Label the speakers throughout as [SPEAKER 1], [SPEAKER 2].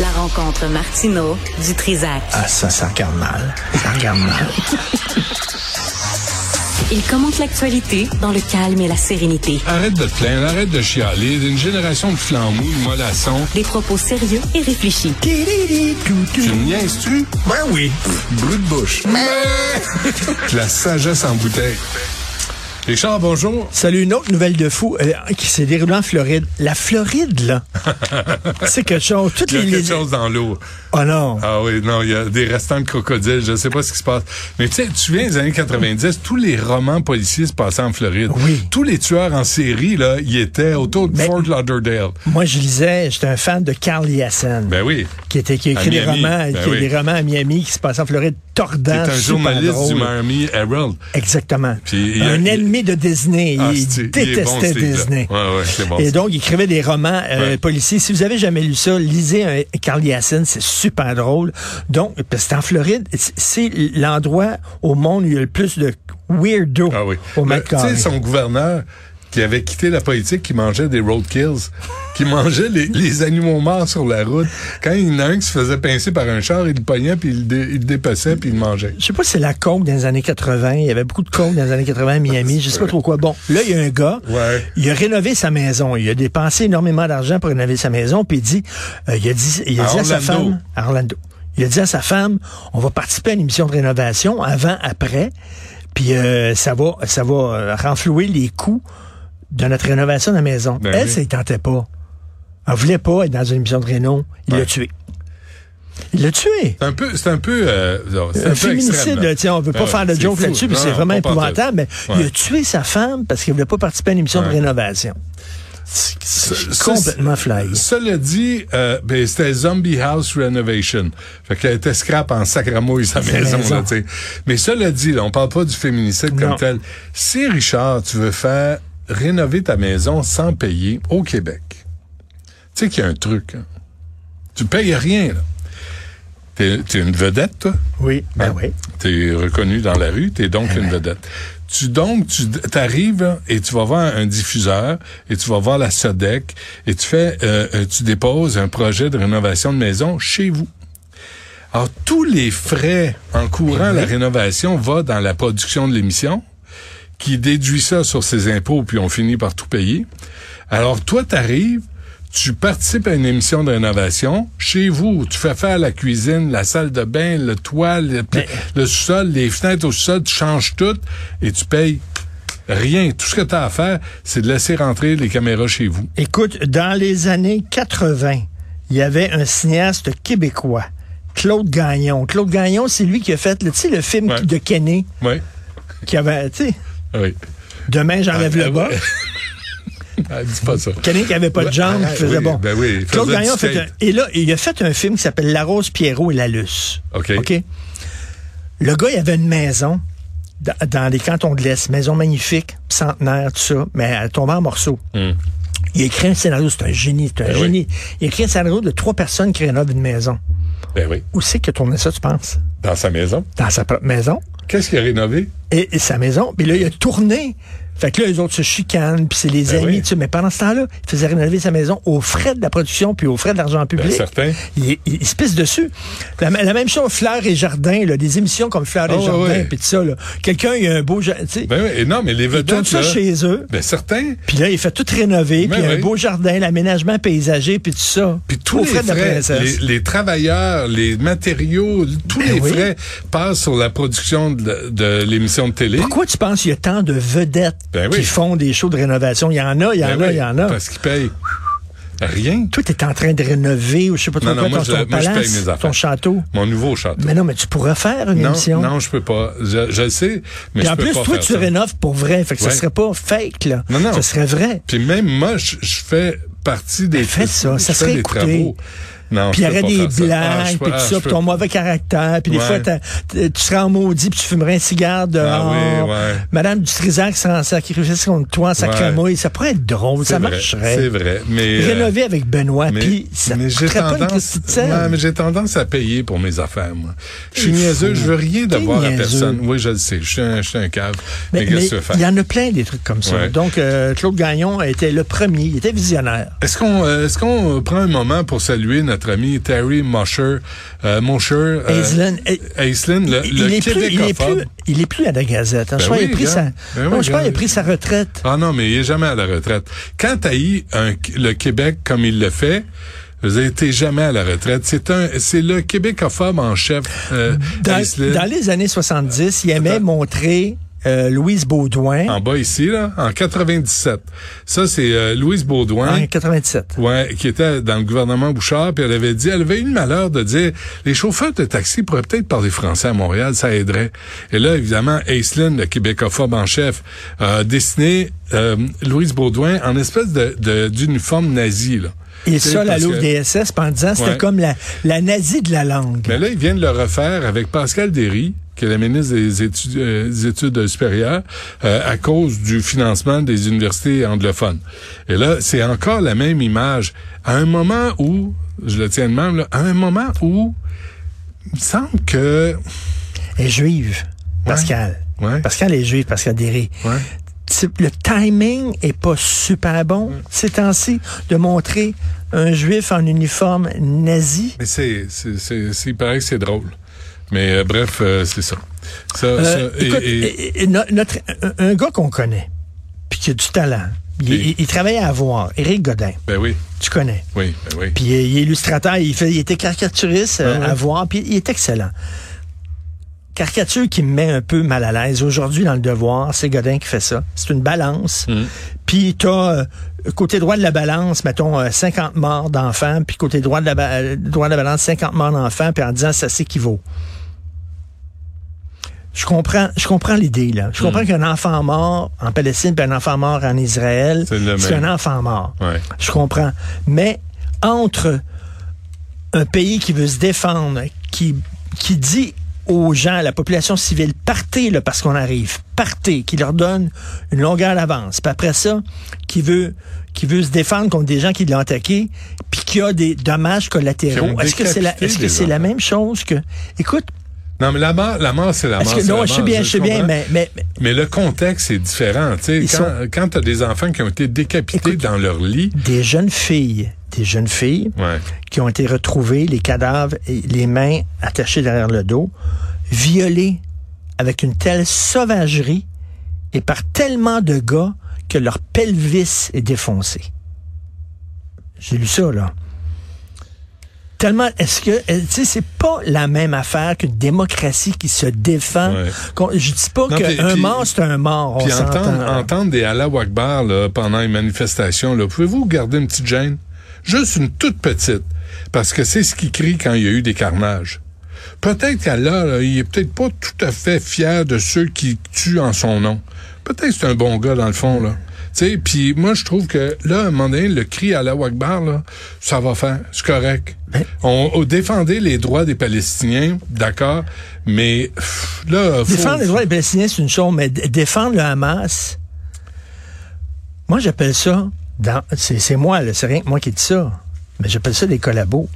[SPEAKER 1] La rencontre Martino du Trizac.
[SPEAKER 2] Ah, ça, ça regarde mal. Ça regarde mal.
[SPEAKER 1] Il commente l'actualité dans le calme et la sérénité.
[SPEAKER 3] Arrête de te plaindre, arrête de chialer. Une génération de flambouilles, de mollassons.
[SPEAKER 1] Des propos sérieux et réfléchis.
[SPEAKER 3] Tu me niaises-tu?
[SPEAKER 2] Ben oui.
[SPEAKER 3] Brut de bouche. De la sagesse en bouteille. Richard, bonjour.
[SPEAKER 2] Salut, une autre nouvelle de fou euh, qui s'est déroulée en Floride. La Floride, là, c'est quelque chose. Toutes
[SPEAKER 3] Il y a
[SPEAKER 2] les,
[SPEAKER 3] quelque
[SPEAKER 2] les-
[SPEAKER 3] chose dans l'eau.
[SPEAKER 2] Oh non.
[SPEAKER 3] Ah oui, non, il y a des restants de crocodiles. Je sais pas ce qui se passe. Mais tu sais, tu viens des années 90, tous les romans policiers se passaient en Floride.
[SPEAKER 2] Oui.
[SPEAKER 3] Tous les tueurs en série, là, ils étaient autour de
[SPEAKER 2] Ben-
[SPEAKER 3] Fort Lauderdale.
[SPEAKER 2] Moi, je lisais, j'étais un fan de Carl Yassen,
[SPEAKER 3] Ben oui.
[SPEAKER 2] qui, était, qui a
[SPEAKER 3] à
[SPEAKER 2] écrit des
[SPEAKER 3] Miami.
[SPEAKER 2] romans,
[SPEAKER 3] Ben
[SPEAKER 2] qui a
[SPEAKER 3] oui.
[SPEAKER 2] des romans à Miami qui se passent en Floride
[SPEAKER 3] C'est
[SPEAKER 2] tordant.
[SPEAKER 3] un journaliste du Miami Herald.
[SPEAKER 2] Exactement.
[SPEAKER 3] Puis il y a-
[SPEAKER 2] un
[SPEAKER 3] il-
[SPEAKER 2] ennemi de Disney.
[SPEAKER 3] Ah,
[SPEAKER 2] il
[SPEAKER 3] c'est- il est bon,
[SPEAKER 2] détestait
[SPEAKER 3] ce livre-là.
[SPEAKER 2] Disney.
[SPEAKER 3] Ouais, ouais, c'est bon.
[SPEAKER 2] Et donc, il écrivait des romans euh,
[SPEAKER 3] Ouais.
[SPEAKER 2] policiers. Si vous avez jamais lu ça, lisez un Carl Yassen, c'est super drôle. Donc, parce que c'est en Floride, c'est- c'est l'endroit au monde où il y a le plus de weirdo
[SPEAKER 3] Ah oui.
[SPEAKER 2] au
[SPEAKER 3] Le-
[SPEAKER 2] mètre
[SPEAKER 3] Tu sais,
[SPEAKER 2] carré.
[SPEAKER 3] son gouverneur qui avait quitté la politique, qui mangeait des roadkills, qui mangeait les, les animaux morts sur la route. Quand il y en a un qui se faisait pincer par un char, il le pognait, puis il le, dé- il le dépassait, puis il le mangeait.
[SPEAKER 2] Je sais pas si c'est la coke dans les années 80. Il y avait beaucoup de coke dans les années 80 à Miami. Je sais pas trop quoi. Bon, là, il y a un gars.
[SPEAKER 3] Ouais.
[SPEAKER 2] Il a rénové sa maison. Il a dépensé énormément d'argent pour rénover sa maison. Puis il dit, euh, il a dit, il a
[SPEAKER 3] À
[SPEAKER 2] dit à sa
[SPEAKER 3] Orlando.
[SPEAKER 2] femme, à Orlando. Il a dit à sa femme, on va participer à une émission de rénovation avant, après. Puis euh, ça va, ça va euh, renflouer les coûts de notre rénovation de la maison.
[SPEAKER 3] Ben
[SPEAKER 2] elle,
[SPEAKER 3] oui.
[SPEAKER 2] ça ne tentait pas. Elle voulait pas être dans une émission de réno. Il l'a tué. Il l'a tué.
[SPEAKER 3] C'est un peu, c'est un peu, euh, c'est un
[SPEAKER 2] Un
[SPEAKER 3] peu extrême,
[SPEAKER 2] féminicide,
[SPEAKER 3] là.
[SPEAKER 2] là, tu sais, on veut pas
[SPEAKER 3] Ah ouais,
[SPEAKER 2] faire de
[SPEAKER 3] c'est
[SPEAKER 2] joke
[SPEAKER 3] fou.
[SPEAKER 2] là-dessus, puis
[SPEAKER 3] Non,
[SPEAKER 2] c'est
[SPEAKER 3] non,
[SPEAKER 2] vraiment
[SPEAKER 3] pas pantoute.
[SPEAKER 2] épouvantable, mais
[SPEAKER 3] Ouais.
[SPEAKER 2] il a tué sa femme parce qu'il voulait pas participer à une émission de
[SPEAKER 3] Ouais.
[SPEAKER 2] rénovation. C'est
[SPEAKER 3] Ce-
[SPEAKER 2] complètement
[SPEAKER 3] ce-
[SPEAKER 2] fly.
[SPEAKER 3] Cela dit, euh, ben, c'était Zombie House Renovation. Fait qu'elle était scrap en sacramouille sa
[SPEAKER 2] Sa
[SPEAKER 3] maison,
[SPEAKER 2] maison.
[SPEAKER 3] là, tu sais. Mais cela dit, là, on parle pas du féminicide
[SPEAKER 2] Non.
[SPEAKER 3] comme tel. Si, Richard, tu veux faire rénover ta maison sans payer au Québec, tu sais qu'il y a un truc. hein. Tu payes rien, là. T'es t'es une vedette, toi.
[SPEAKER 2] Oui, ben oui.
[SPEAKER 3] Tu es reconnu dans la rue, tu es donc une vedette. Tu donc tu arrives et tu vas voir un diffuseur et tu vas voir la Sodec et tu fais euh, euh, tu déposes un projet de rénovation de maison chez vous. Alors tous les frais encourant la rénovation va dans la production de l'émission qui déduit ça sur ses impôts puis on finit par tout payer. Alors toi t'arrives tu participes à une émission de rénovation chez vous. Tu fais faire la cuisine, la salle de bain, le toit, le, le sous-sol, les fenêtres au sous-sol. Tu changes tout et tu payes rien. Tout ce que tu as à faire, c'est de laisser rentrer les caméras chez vous.
[SPEAKER 2] Écoute, dans les années 80, il y avait un cinéaste québécois, Claude Gagnon. Claude Gagnon, c'est lui qui a fait, le- tu sais, le film
[SPEAKER 3] Ouais.
[SPEAKER 2] de Kenny,
[SPEAKER 3] Oui.
[SPEAKER 2] qui avait, tu sais,
[SPEAKER 3] Oui.
[SPEAKER 2] Demain, j'enlève
[SPEAKER 3] Ah,
[SPEAKER 2] le bas.
[SPEAKER 3] Ah, dis pas ça.
[SPEAKER 2] Kenny qui avait pas de
[SPEAKER 3] Ouais,
[SPEAKER 2] jambes, qui faisait
[SPEAKER 3] oui,
[SPEAKER 2] bon.
[SPEAKER 3] ben oui, il
[SPEAKER 2] Claude
[SPEAKER 3] faisait
[SPEAKER 2] Gagnon
[SPEAKER 3] du
[SPEAKER 2] fait un,
[SPEAKER 3] skate.
[SPEAKER 2] et là, il a fait un film qui s'appelle La Rose Pierrot et la Luce.
[SPEAKER 3] OK.
[SPEAKER 2] OK? Le gars, il avait une maison dans, dans les cantons de l'Est, maison magnifique, centenaire, tout ça, mais elle tombait en morceaux. Il a écrit un scénario, c'est un génie, c'est un
[SPEAKER 3] Hmm. Ben oui.
[SPEAKER 2] génie. Il a écrit un scénario de trois personnes qui rénovent une maison.
[SPEAKER 3] Ben oui.
[SPEAKER 2] Où c'est qu'il a tourné ça, tu penses?
[SPEAKER 3] Dans sa maison.
[SPEAKER 2] Dans sa propre maison
[SPEAKER 3] Qu'est-ce qu'il a rénové?
[SPEAKER 2] et, et sa maison. Puis là, il a tourné. Fait que là, eux autres se chicanent, puis c'est les
[SPEAKER 3] Ben
[SPEAKER 2] amis,
[SPEAKER 3] oui.
[SPEAKER 2] tu sais. Mais pendant ce temps-là, il faisait rénover sa maison aux frais de la production, puis aux frais de l'argent public.
[SPEAKER 3] Ben certain.
[SPEAKER 2] Il, il- il se pisse dessus. La, la même chose, Fleurs et Jardin, là, des émissions comme Fleurs
[SPEAKER 3] Ah
[SPEAKER 2] et
[SPEAKER 3] ouais,
[SPEAKER 2] Jardin,
[SPEAKER 3] ouais.
[SPEAKER 2] puis tout ça. là. Quelqu'un, il a un beau... ja- tu sais,
[SPEAKER 3] Ben oui. Et non, mais les
[SPEAKER 2] il
[SPEAKER 3] vedettes.
[SPEAKER 2] tourne ça
[SPEAKER 3] là,
[SPEAKER 2] chez eux,
[SPEAKER 3] Ben certains.
[SPEAKER 2] puis là, il fait tout rénover,
[SPEAKER 3] Ben
[SPEAKER 2] puis il y a un
[SPEAKER 3] oui.
[SPEAKER 2] beau jardin, l'aménagement paysager, puis tout ça.
[SPEAKER 3] Puis tous
[SPEAKER 2] aux
[SPEAKER 3] les
[SPEAKER 2] frais de la
[SPEAKER 3] frais,
[SPEAKER 2] princesse.
[SPEAKER 3] les, les travailleurs, les matériaux, tous
[SPEAKER 2] Ben
[SPEAKER 3] les
[SPEAKER 2] oui.
[SPEAKER 3] frais passent sur la production de, de l'émission de télé.
[SPEAKER 2] Pourquoi tu penses qu'il y a tant de vedettes
[SPEAKER 3] Ben oui.
[SPEAKER 2] qui font des shows de rénovation? Il y en a, il y en
[SPEAKER 3] Ben
[SPEAKER 2] a,
[SPEAKER 3] oui,
[SPEAKER 2] il y en a.
[SPEAKER 3] Parce qu'ils payent rien.
[SPEAKER 2] Toi, t'es en train de rénover ou je sais pas trop
[SPEAKER 3] Non, non,
[SPEAKER 2] quoi
[SPEAKER 3] moi,
[SPEAKER 2] ton,
[SPEAKER 3] je-
[SPEAKER 2] ton
[SPEAKER 3] moi, je paye
[SPEAKER 2] palace,
[SPEAKER 3] mes affaires.
[SPEAKER 2] ton château.
[SPEAKER 3] Mon nouveau château.
[SPEAKER 2] Mais non, mais tu pourrais faire une
[SPEAKER 3] non,
[SPEAKER 2] émission.
[SPEAKER 3] non, je peux pas. Je, je le sais, mais
[SPEAKER 2] Puis
[SPEAKER 3] je
[SPEAKER 2] en
[SPEAKER 3] peux
[SPEAKER 2] plus,
[SPEAKER 3] pas
[SPEAKER 2] toi,
[SPEAKER 3] faire
[SPEAKER 2] tu
[SPEAKER 3] ça.
[SPEAKER 2] rénoves pour vrai. Fait que ça
[SPEAKER 3] Ouais.
[SPEAKER 2] serait pas fake, là.
[SPEAKER 3] Non, non.
[SPEAKER 2] Ça serait vrai.
[SPEAKER 3] Puis même moi, je, je fais partie des.
[SPEAKER 2] Ben, fais ça, ça
[SPEAKER 3] je
[SPEAKER 2] serait
[SPEAKER 3] fais des
[SPEAKER 2] écouté.
[SPEAKER 3] travaux. Non,
[SPEAKER 2] Puis il y
[SPEAKER 3] je peux
[SPEAKER 2] aurait
[SPEAKER 3] pas
[SPEAKER 2] des
[SPEAKER 3] faire ça. Ah,
[SPEAKER 2] blagues,
[SPEAKER 3] je peux-
[SPEAKER 2] puis tout
[SPEAKER 3] ah,
[SPEAKER 2] ça,
[SPEAKER 3] je
[SPEAKER 2] puis
[SPEAKER 3] peux-
[SPEAKER 2] ton mauvais caractère, puis des
[SPEAKER 3] Ouais.
[SPEAKER 2] fois, t'as- t- tu seras en maudit, puis tu fumerais un cigare dehors.
[SPEAKER 3] Ah oui, ouais.
[SPEAKER 2] Madame Dutrisac sera en sacrifice contre toi, ça cremouille. Ça pourrait être drôle, ça
[SPEAKER 3] C'est vrai,
[SPEAKER 2] marcherait.
[SPEAKER 3] C'est vrai. Mais, euh,
[SPEAKER 2] Rénover avec Benoît, Ah, puis ça
[SPEAKER 3] mais j'ai
[SPEAKER 2] coûterait pas une
[SPEAKER 3] tendance,
[SPEAKER 2] petite scène.
[SPEAKER 3] Ouais, mais j'ai tendance à payer pour mes affaires, moi. Je suis
[SPEAKER 2] T'es
[SPEAKER 3] niaiseux,
[SPEAKER 2] fou.
[SPEAKER 3] je veux rien
[SPEAKER 2] T'es
[SPEAKER 3] d'avoir à
[SPEAKER 2] niaiseux.
[SPEAKER 3] personne. Oui, je le sais, je suis un, je suis un cave. Mais,
[SPEAKER 2] Mais,
[SPEAKER 3] qu'est-ce
[SPEAKER 2] mais
[SPEAKER 3] que tu veux
[SPEAKER 2] il y
[SPEAKER 3] faire?
[SPEAKER 2] en a plein des trucs comme ça.
[SPEAKER 3] Ouais.
[SPEAKER 2] Donc, euh, Claude Gagnon était le premier, il était visionnaire.
[SPEAKER 3] Est-ce qu'on euh, est-ce qu'on euh, prend un moment pour saluer notre notre ami Terry Mosher, euh, Mosher, euh,
[SPEAKER 2] Aislinn, eh,
[SPEAKER 3] Aislinn, le,
[SPEAKER 2] il,
[SPEAKER 3] le
[SPEAKER 2] est plus, il, est
[SPEAKER 3] québécophobe.
[SPEAKER 2] plus, il est plus à la Gazette. hein.
[SPEAKER 3] Ben
[SPEAKER 2] je crois qu'il a
[SPEAKER 3] oui,
[SPEAKER 2] pris sa,
[SPEAKER 3] regarde. Ben
[SPEAKER 2] non, je
[SPEAKER 3] oui,
[SPEAKER 2] crois qu'il a
[SPEAKER 3] regarde.
[SPEAKER 2] pris sa retraite.
[SPEAKER 3] Ah non, mais il est jamais à la retraite. Quand t'haïs un- le Québec comme il le fait, je veux dire, t'es jamais à la retraite. C'est un, c'est le québécophobe en chef. euh,
[SPEAKER 2] Dans,
[SPEAKER 3] Aislinn.
[SPEAKER 2] dans les années 70, il aimait
[SPEAKER 3] Attends.
[SPEAKER 2] montrer euh, Louise Baudouin
[SPEAKER 3] En bas ici, là, en 97. Ça, c'est euh, Louise Baudouin.
[SPEAKER 2] en 87.
[SPEAKER 3] Ouais, qui était dans le gouvernement Bouchard, puis elle avait dit, elle avait eu le malheur de dire, les chauffeurs de taxi pourraient peut-être parler français à Montréal, ça aiderait. Et là, évidemment, Aislinn, le québécophobe en chef, a dessiné euh, Louise Baudouin en espèce de de- d'uniforme nazi. Là.
[SPEAKER 2] Il est
[SPEAKER 3] Tu sais,
[SPEAKER 2] seul à
[SPEAKER 3] parce
[SPEAKER 2] l'ouvre
[SPEAKER 3] que-
[SPEAKER 2] des SS puis en disant c'était
[SPEAKER 3] Ouais. Ben-
[SPEAKER 2] comme la, la nazie de la langue.
[SPEAKER 3] Mais là, ils viennent le refaire avec Pascal Derry, qui est la ministre des études, euh, des études supérieures, euh, à cause du financement des universités anglophones. Et là, c'est encore la même image. À un moment où, je le tiens de même, là, à un moment où, il me semble que...
[SPEAKER 2] Elle est juive, Pascal.
[SPEAKER 3] Ouais.
[SPEAKER 2] Pascal est juive, Pascal Derry.
[SPEAKER 3] Ouais.
[SPEAKER 2] C'est- Le timing est pas super bon
[SPEAKER 3] Mm.
[SPEAKER 2] ces temps-ci de montrer un juif en uniforme nazi.
[SPEAKER 3] Mais c'est, c'est, c'est, c'est- il paraît que c'est drôle. Mais euh, bref, euh, c'est ça. Ça,
[SPEAKER 2] Euh,
[SPEAKER 3] ça, et-
[SPEAKER 2] écoute,
[SPEAKER 3] et-
[SPEAKER 2] et- et no- notre, un- un gars qu'on connaît, puis qui a du talent, il,
[SPEAKER 3] Et-
[SPEAKER 2] il- il travaillait à voir, Éric Godin,
[SPEAKER 3] ben oui,
[SPEAKER 2] tu connais.
[SPEAKER 3] oui, ben oui.
[SPEAKER 2] Puis euh, il est illustrateur, il, fait, il était caricaturiste euh,
[SPEAKER 3] Ah Ouais, ouais.
[SPEAKER 2] à voir, puis il est excellent. Caricature qui me met un peu mal à l'aise. Aujourd'hui, dans le devoir, c'est Godin qui fait ça. C'est une balance.
[SPEAKER 3] Mm.
[SPEAKER 2] Puis t'as euh, côté droit de la balance, mettons euh, 50 morts d'enfants, puis côté droit de la, ba- euh, droit de la balance 50 morts d'enfants, puis en disant ça s'équivaut. Je comprends, je comprends l'idée là.
[SPEAKER 3] Mm.
[SPEAKER 2] Je comprends qu'un enfant mort en Palestine, puis un enfant mort en Israël,
[SPEAKER 3] C'est le
[SPEAKER 2] c'est
[SPEAKER 3] même.
[SPEAKER 2] un enfant mort.
[SPEAKER 3] Ouais.
[SPEAKER 2] Je comprends. Mais entre un pays qui veut se défendre, qui, qui dit aux gens, à la population civile, partez là, parce qu'on arrive, partez, qui leur donne une longueur d'avance. Puis après ça, qui veut, qui veut se défendre contre des gens qui l'ont attaqué, puis qui a des dommages
[SPEAKER 3] Qui
[SPEAKER 2] collatéraux.
[SPEAKER 3] ont
[SPEAKER 2] Est-ce que c'est la,
[SPEAKER 3] décapité
[SPEAKER 2] est-ce que
[SPEAKER 3] des
[SPEAKER 2] c'est la
[SPEAKER 3] enfants.
[SPEAKER 2] même chose que, écoute,
[SPEAKER 3] Non, mais la mort, la mort, c'est la mort.
[SPEAKER 2] est-ce que,
[SPEAKER 3] Ah, c'est
[SPEAKER 2] non,
[SPEAKER 3] la
[SPEAKER 2] je sais
[SPEAKER 3] mort,
[SPEAKER 2] bien, je sais bien,
[SPEAKER 3] comprends.
[SPEAKER 2] mais, mais, mais-
[SPEAKER 3] Mais le contexte est différent. Tu
[SPEAKER 2] Ils
[SPEAKER 3] sais, quand, quand t'as des enfants qui ont été décapités
[SPEAKER 2] Écoute.
[SPEAKER 3] dans leur lit,
[SPEAKER 2] des jeunes filles, des jeunes filles,
[SPEAKER 3] ouais.
[SPEAKER 2] qui ont été retrouvés, les cadavres, et les mains attachées derrière le dos, violés avec une telle sauvagerie et par tellement de gars que leur pelvis est défoncé. J'ai lu ça, là. Tellement, est-ce que, euh, tu sais, c'est pas la même affaire qu'une démocratie qui se défend.
[SPEAKER 3] Ouais.
[SPEAKER 2] Qu'on- Je dis pas
[SPEAKER 3] Non, puis-
[SPEAKER 2] qu'un
[SPEAKER 3] puis-
[SPEAKER 2] mort, c'est un mort. on
[SPEAKER 3] Puis entendre,
[SPEAKER 2] s'entend.
[SPEAKER 3] entendre des Allah Akbar là, pendant une manifestation, là, pouvez-vous garder une petite gêne? Juste une toute petite. Parce que c'est ce qui crie quand il y a eu des carnages. Peut-être qu'Allah, là, il est peut-être pas tout à fait fier de ceux qui tuent en son nom. Peut-être que c'est un bon gars dans le fond, là. Tu sais, puis moi, je trouve que là, à un moment donné, le cri à la Akbar, là, ça va faire, c'est correct. On, on défendait les droits des Palestiniens, d'accord, mais pff, là, faut-
[SPEAKER 2] Défendre les droits des Palestiniens, c'est une chose, mais d- défendre le Hamas, moi, j'appelle ça, dans- c'est c'est moi, là, c'est rien que moi qui dis ça, mais j'appelle ça des collabos.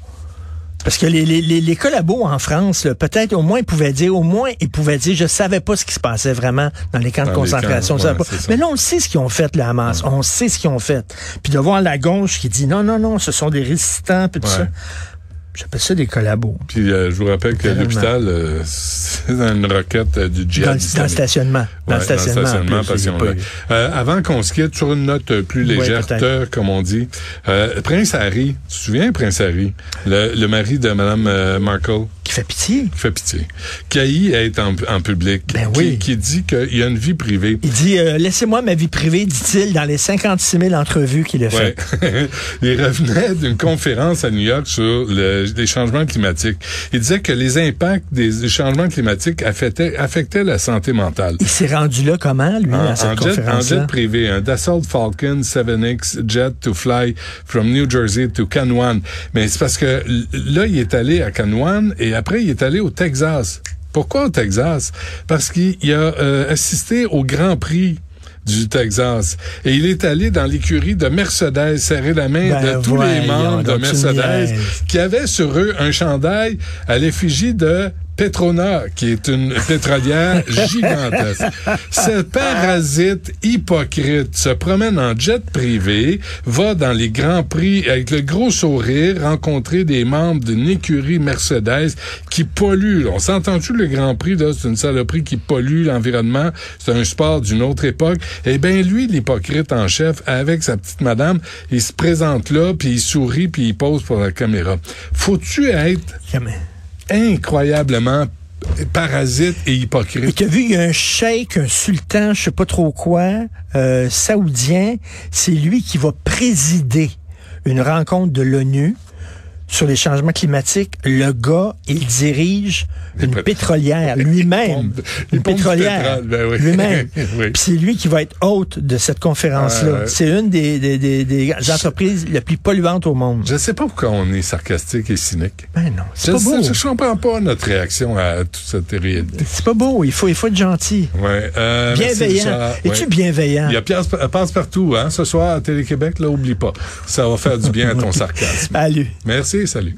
[SPEAKER 2] Parce que les, les, les, les collabos en France, là, peut-être au moins ils pouvaient dire, au moins ils pouvaient dire, je savais pas ce qui se passait vraiment dans les camps de
[SPEAKER 3] Dans les
[SPEAKER 2] concentration. je
[SPEAKER 3] camps,
[SPEAKER 2] savais
[SPEAKER 3] ouais,
[SPEAKER 2] pas.
[SPEAKER 3] c'est ça.
[SPEAKER 2] Mais là, on le sait ce qu'ils ont fait, le Hamas. On sait ce qu'ils ont fait. Puis de voir la gauche qui dit, non, non, non, ce sont des résistants, puis tout
[SPEAKER 3] Ouais.
[SPEAKER 2] ça. J'appelle ça des collabos.
[SPEAKER 3] Puis euh, je vous rappelle que
[SPEAKER 2] Carrément.
[SPEAKER 3] l'hôpital, euh, c'est une roquette euh, du djihad.
[SPEAKER 2] Dans, le- dans le
[SPEAKER 3] islamique.
[SPEAKER 2] stationnement. Dans le
[SPEAKER 3] Ouais, dans
[SPEAKER 2] stationnement. en
[SPEAKER 3] stationnement,
[SPEAKER 2] plus,
[SPEAKER 3] parce
[SPEAKER 2] j'ai
[SPEAKER 3] qu'on
[SPEAKER 2] pas
[SPEAKER 3] l'a-
[SPEAKER 2] eu.
[SPEAKER 3] Euh, avant qu'on se quitte sur une note euh, plus
[SPEAKER 2] Ouais,
[SPEAKER 3] légère,
[SPEAKER 2] peut-être.
[SPEAKER 3] euh, comme on dit, euh, Prince Harry, tu te souviens Prince Harry, le, le mari de Madame euh, Markle,
[SPEAKER 2] Qui fait pitié.
[SPEAKER 3] qui fait pitié, qui haït être en, en public,
[SPEAKER 2] Ben
[SPEAKER 3] qui,
[SPEAKER 2] oui.
[SPEAKER 3] qui dit qu'il y a une vie privée.
[SPEAKER 2] Il dit euh, Laissez-moi ma vie privée, dit-il, dans les 56 000 entrevues qu'il a
[SPEAKER 3] Ouais.
[SPEAKER 2] faites.
[SPEAKER 3] il revenait d'une conférence à New York sur le- les changements climatiques. Il disait que les impacts des changements climatiques affectaient, affectaient la santé mentale.
[SPEAKER 2] Il s'est rendu là comment, lui, à cette
[SPEAKER 3] en, jet, en jet
[SPEAKER 2] conférence-là
[SPEAKER 3] privé, un Dassault Falcon 7X jet to fly from New Jersey to Canwan. Mais c'est parce que l- là, il est allé à Canwan et après, il est allé au Texas. Pourquoi au Texas? Parce qu'il il a euh, assisté au Grand Prix du Texas. Et il est allé dans l'écurie de Mercedes, serrer la main
[SPEAKER 2] Ben
[SPEAKER 3] de tous les
[SPEAKER 2] voyons
[SPEAKER 3] membres de
[SPEAKER 2] donc, tu me
[SPEAKER 3] Mercedes
[SPEAKER 2] niaises.
[SPEAKER 3] qui avaient sur eux un chandail à l'effigie de Petrona, qui est une pétrolière gigantesque. Ce parasite hypocrite se promène en jet privé, va dans les grands prix avec le gros sourire, rencontrer des membres d'une écurie Mercedes qui pollue. On s'entend-tu le grand prix, là, c'est une saloperie qui pollue l'environnement. C'est un sport d'une autre époque. Eh bien, lui, l'hypocrite en chef, avec sa petite madame, il se présente là, puis il sourit, puis il pose pour la caméra. Faut-tu être
[SPEAKER 2] Jamais.
[SPEAKER 3] incroyablement parasite et
[SPEAKER 2] Et
[SPEAKER 3] hypocrite.
[SPEAKER 2] t'as vu, il y a un cheikh, un sultan, je sais pas trop quoi, euh, saoudien. C'est lui qui va présider une rencontre de l'ONU sur les changements climatiques. Le gars, il dirige une
[SPEAKER 3] pét-
[SPEAKER 2] pétrolière
[SPEAKER 3] Les
[SPEAKER 2] lui-même.
[SPEAKER 3] pompes de- les
[SPEAKER 2] Une
[SPEAKER 3] pompes du
[SPEAKER 2] pétrolière
[SPEAKER 3] pétrole, ben oui.
[SPEAKER 2] lui-même.
[SPEAKER 3] Oui.
[SPEAKER 2] Puis c'est lui qui va être hôte de cette conférence-là.
[SPEAKER 3] Ah, ouais.
[SPEAKER 2] C'est une des, des, des- des entreprises les plus polluantes au monde.
[SPEAKER 3] Je sais pas pourquoi on est sarcastique et cynique.
[SPEAKER 2] Ben non, c'est
[SPEAKER 3] Je
[SPEAKER 2] pas beau.
[SPEAKER 3] ne comprends pas notre réaction à toute cette réalité.
[SPEAKER 2] C'est pas beau. Il faut, il faut être gentil.
[SPEAKER 3] Ouais, euh, merci,
[SPEAKER 2] Bienveillant.
[SPEAKER 3] Richard.
[SPEAKER 2] Es-tu
[SPEAKER 3] Ouais.
[SPEAKER 2] bienveillant?
[SPEAKER 3] Il y a Pierre Passe Partout, hein, ce soir à Télé-Québec, là, oublie pas. Ça va faire du bien à ton sarcasme.
[SPEAKER 2] Salut.
[SPEAKER 3] Merci, salut.